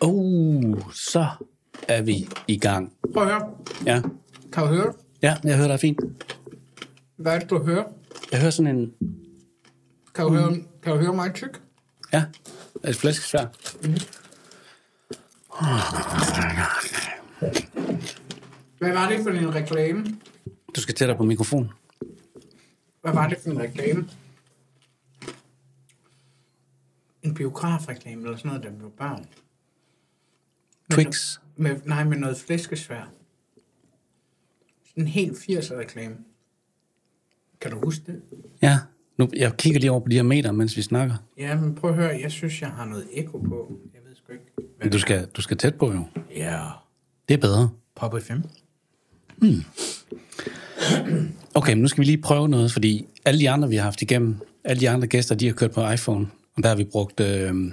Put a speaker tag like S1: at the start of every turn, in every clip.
S1: Oh, så er vi i gang.
S2: Prøv at høre.
S1: Ja,
S2: Kan du høre?
S1: ja jeg hører dig fint.
S2: Hvad er det, du hører?
S1: Jeg hører sådan en...
S2: Kan du, mm. høre, kan du høre mig tyk?
S1: Ja, et flæskesvær.
S2: Hvad var det for en reklame?
S1: Du skal tættere på mikrofonen.
S2: Hvad var det for en reklame? En biografreklame eller sådan noget, da vi var børn.
S1: Twix.
S2: Med, nej, med noget flæskesvær. En helt 80'er reklame. Kan du huske det?
S1: Ja, nu, jeg kigger lige over på de her meter, mens vi snakker.
S2: Ja, men prøv at høre, jeg synes, jeg har noget ekko på. Jeg ved sgu ikke, hvad
S1: Men du skal, du skal tæt på jo.
S2: Ja,
S1: Det er bedre.
S2: Pop FM.
S1: Okay, men nu skal vi lige prøve noget, fordi alle de andre, vi har haft igennem, alle de andre gæster, de har kørt på iPhone, og der har vi brugt, øh,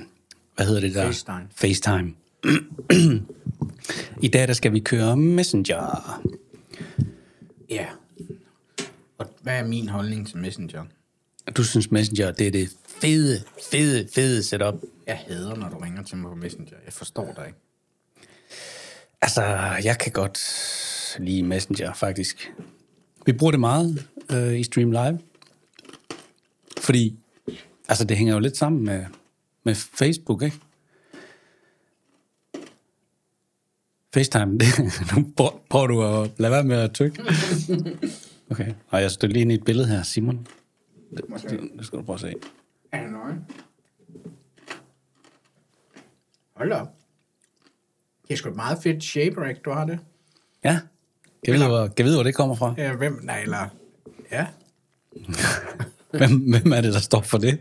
S1: hvad hedder det der?
S2: FaceTime.
S1: FaceTime. I dag, der skal vi køre Messenger.
S2: Ja. Og hvad er min holdning til Messenger?
S1: Du synes Messenger, det er det fede, fede, fede setup.
S2: Jeg hader, når du ringer til mig på Messenger. Jeg forstår dig ikke.
S1: Altså, jeg kan godt lide Messenger, faktisk. Vi bruger det meget øh, i Stream Live. Fordi, altså, det hænger jo lidt sammen med, med Facebook, ikke? FaceTime, det, nu prøver- prøver du at lade være med at tykke. Okay, og jeg stod lige ind i et billede her, Simon. Det, det, det skal du prøve at se.
S2: Er han nøgen? Hold da op. Det er sgu et meget fedt shape, Rick, du har det.
S1: Ja, jeg ved, hvor, jeg ved, hvor det kommer fra.
S2: Ja, hvem? Nej, eller... Ja.
S1: Hvem, hvem er det, der står for det?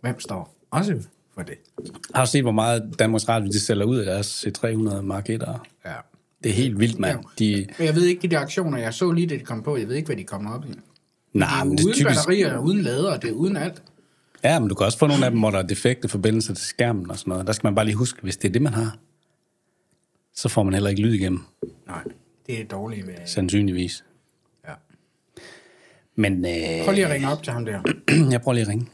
S2: Hvem står også for det?
S1: Har du set, hvor meget Danmarks Radio de sælger ud af deres C300 Mark 1'ere?
S2: Ja.
S1: Det er helt vildt, mand. De,
S2: Men jeg ved ikke, de der aktioner, jeg så lige, da de kom på, jeg ved ikke, hvad de kommer op i.
S1: nej, men det
S2: Ah, det er
S1: er
S2: uden
S1: typisk...
S2: batterier, uden lader, det er uden alt.
S1: Ja, men du kan også få nogle af dem, hvor der er defekte forbindelser til skærmen og sådan noget. Der skal man bare lige huske, hvis det er det, man har, så får man heller ikke lyd igennem,
S2: Nej, det er dårligt med...
S1: sandsynligvis.
S2: Ja.
S1: Men øh,
S2: Prøv lige at ringe op til ham der.
S1: jeg prøver lige at ringe.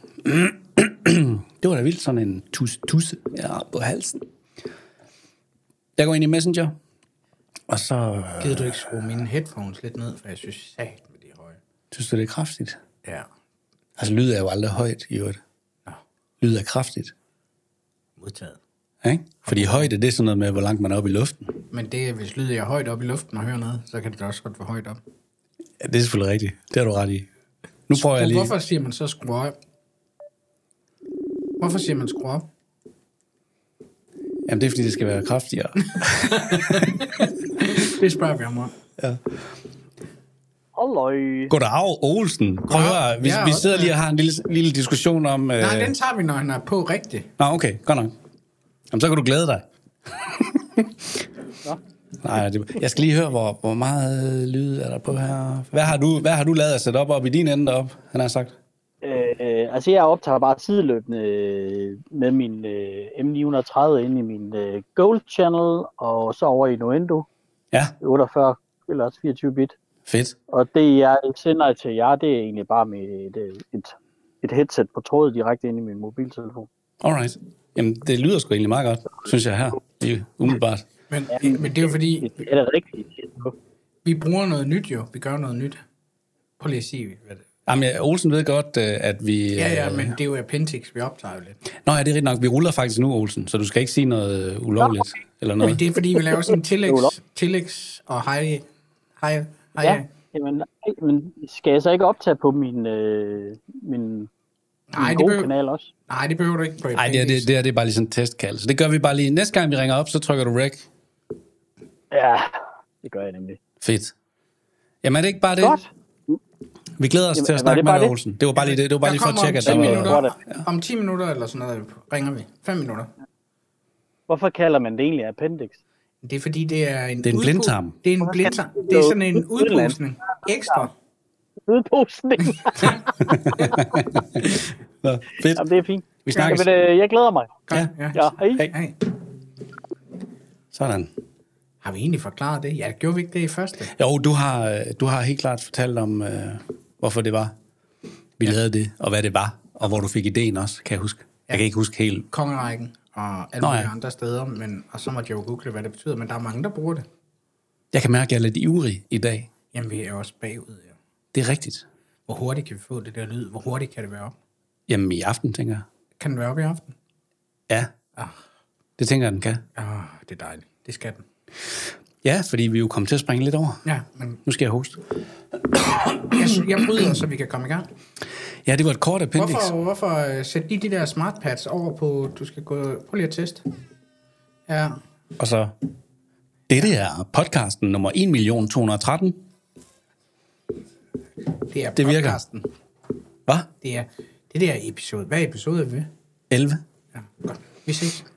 S1: det var da vildt, sådan en tusse, tusse ja, på halsen. Jeg går ind i Messenger, og så
S2: Gider du ikke skrue mine headphones lidt ned, for jeg synes sat med de er høje.
S1: synes du, det er kraftigt.
S2: Ja.
S1: Altså, lyd er jo aldrig højt, i øvrigt.
S2: Nå,
S1: Lyd er kraftigt.
S2: modtaget.
S1: Ikke? Fordi højde, det er sådan noget med, hvor langt man er oppe i luften.
S2: Men det, er, hvis lyder jeg højt op i luften og hører noget, så kan det da også godt være højt op.
S1: Ja, det er selvfølgelig rigtigt. Det har du ret i. Nu prøver jeg
S2: Men
S1: lige...
S2: hvorfor siger man så skru op? Hvorfor siger man skru op?
S1: Jamen, det er, fordi det skal være kraftigere.
S2: Det spørger vi om.
S1: Øh.
S2: om.
S3: Halløj.
S1: Goddag, Olsen. Prøv at høre, vi,
S2: Ja,
S1: vi
S2: også
S1: sidder lige
S2: med.
S1: og har en lille, lille diskussion om... Øh...
S2: Nej, den tager vi, når han er på rigtigt.
S1: Nå, okay, godt nok. Jamen, så kan du glæde dig.
S3: Nå.
S1: Nej, det... jeg skal lige høre, hvor, hvor meget lyd er der på her. Hvad har du, hvad har du lavet at sætte op, op i din ende op? Han har sagt.
S3: Øh, øh, altså, jeg optager bare sideløbende øh, med min øh, M930 ind i min øh, Gold Channel, og så over i Nuendo,
S1: Ja,
S3: 48 eller også 24 bit.
S1: fedt.
S3: Og det, jeg sender til jer, det er egentlig bare med et, øh, et, et headset på tråd direkte ind i min mobiltelefon.
S1: Alright. Jamen, det lyder sgu egentlig meget godt, synes jeg her. Lige Umiddelbart.
S2: Men, men det er jo fordi,
S3: Det er da rigtigt.
S2: vi bruger noget nyt jo. Vi gør noget nyt. Prøv lige at sige, hvad det
S1: Jamen, ja, Olsen ved godt, øh, at vi...
S2: Ja, ja,
S1: øh,
S2: men det er jo Appendix, vi optager jo lidt.
S1: Nå ja, det er rigtigt nok. Vi ruller faktisk nu, Olsen, så du skal ikke sige noget øh, ulovligt eller
S2: Men
S1: noget.
S2: det er fordi, vi laver sådan en tillægs,
S3: Det er jo
S2: tillægs og hej, hej, hej.
S3: Ja, jamen, nej, men skal jeg så ikke optage på min, øh, min,
S2: Nej,
S3: min
S2: det
S3: gode
S2: behøver-
S3: kanal også?
S2: Nej, det behøver du ikke på
S1: Nej, det, er- det, det, er- det er bare lige sådan en testkald. Så det gør vi bare lige. Næste gang vi ringer op, så trykker du rec.
S3: Ja, det gør jeg nemlig.
S1: Fedt. Jamen er det ikke bare det?
S3: Godt.
S1: Vi glæder os
S3: Jamen,
S1: til at
S3: var
S1: snakke
S3: det
S1: med
S3: bare
S1: dig,
S3: det?
S1: Olsen. Det var bare lige det. Det var bare
S2: Der
S1: lige for at
S2: kommer
S1: tjekke, at
S2: om 10
S1: der
S2: minutter,
S1: var...
S3: var
S2: om 10 minutter eller sådan noget, ringer vi. 5 minutter.
S3: Hvorfor kalder man det egentlig appendix?
S2: Det er fordi, det er en...
S1: Det er en
S2: udpu-
S1: blindtarm.
S2: Det er en blindtarm. Det er sådan en udpustning. Ekstra.
S3: Udpostning.
S1: Nå, fedt.
S3: Jamen, det er fint.
S1: Vi snakkes.
S3: Jamen, øh, jeg glæder mig.
S2: Godt,
S1: Ja.
S3: Ja, hej.
S1: Hej.
S2: Hey.
S1: Sådan.
S2: Har vi egentlig forklaret det? Ja, gjorde vi ikke det i første?
S1: Jo, du har, øh, du har helt klart fortalt om, øh, hvorfor det var, vi lavede det, og hvad det var, og hvor du fik ideen også, kan jeg huske. Jeg kan ikke huske helt.
S2: Kongerækken og
S1: Nå,
S2: alle Nå, ja.
S1: ja.
S2: andre steder, men, og så måtte jeg jo google, hvad det betyder, men der er mange, der bruger det.
S1: Jeg kan mærke, at jeg er lidt ivrig i dag.
S2: Jamen, vi er jo også bagud, ja.
S1: Det er rigtigt.
S2: Hvor hurtigt kan vi få det der lyd? Hvor hurtigt kan det være op?
S1: Jamen i aften, tænker jeg.
S2: Kan den være op i aften?
S1: Ja,
S2: Ah,
S1: det tænker jeg, den kan.
S2: ah det er dejligt. Det skal den.
S1: Ja, fordi vi er jo kommet til at springe lidt over.
S2: Ja, men
S1: Nu skal jeg hoste.
S2: jeg, jeg bryder, så vi kan komme i gang.
S1: Ja, det var et kort appendix.
S2: Hvorfor, hvorfor øh, sætte lige de der smartpads over på, du skal gå, prøv lige at teste. Ja,
S1: Og så, dette er podcasten nummer 1.213.
S2: det er
S1: Det virker.
S2: podcasten.
S1: Hvad?
S2: Det er det der episode. Hvad episode er vi?
S1: 11.
S2: Ja, godt. Vi ses.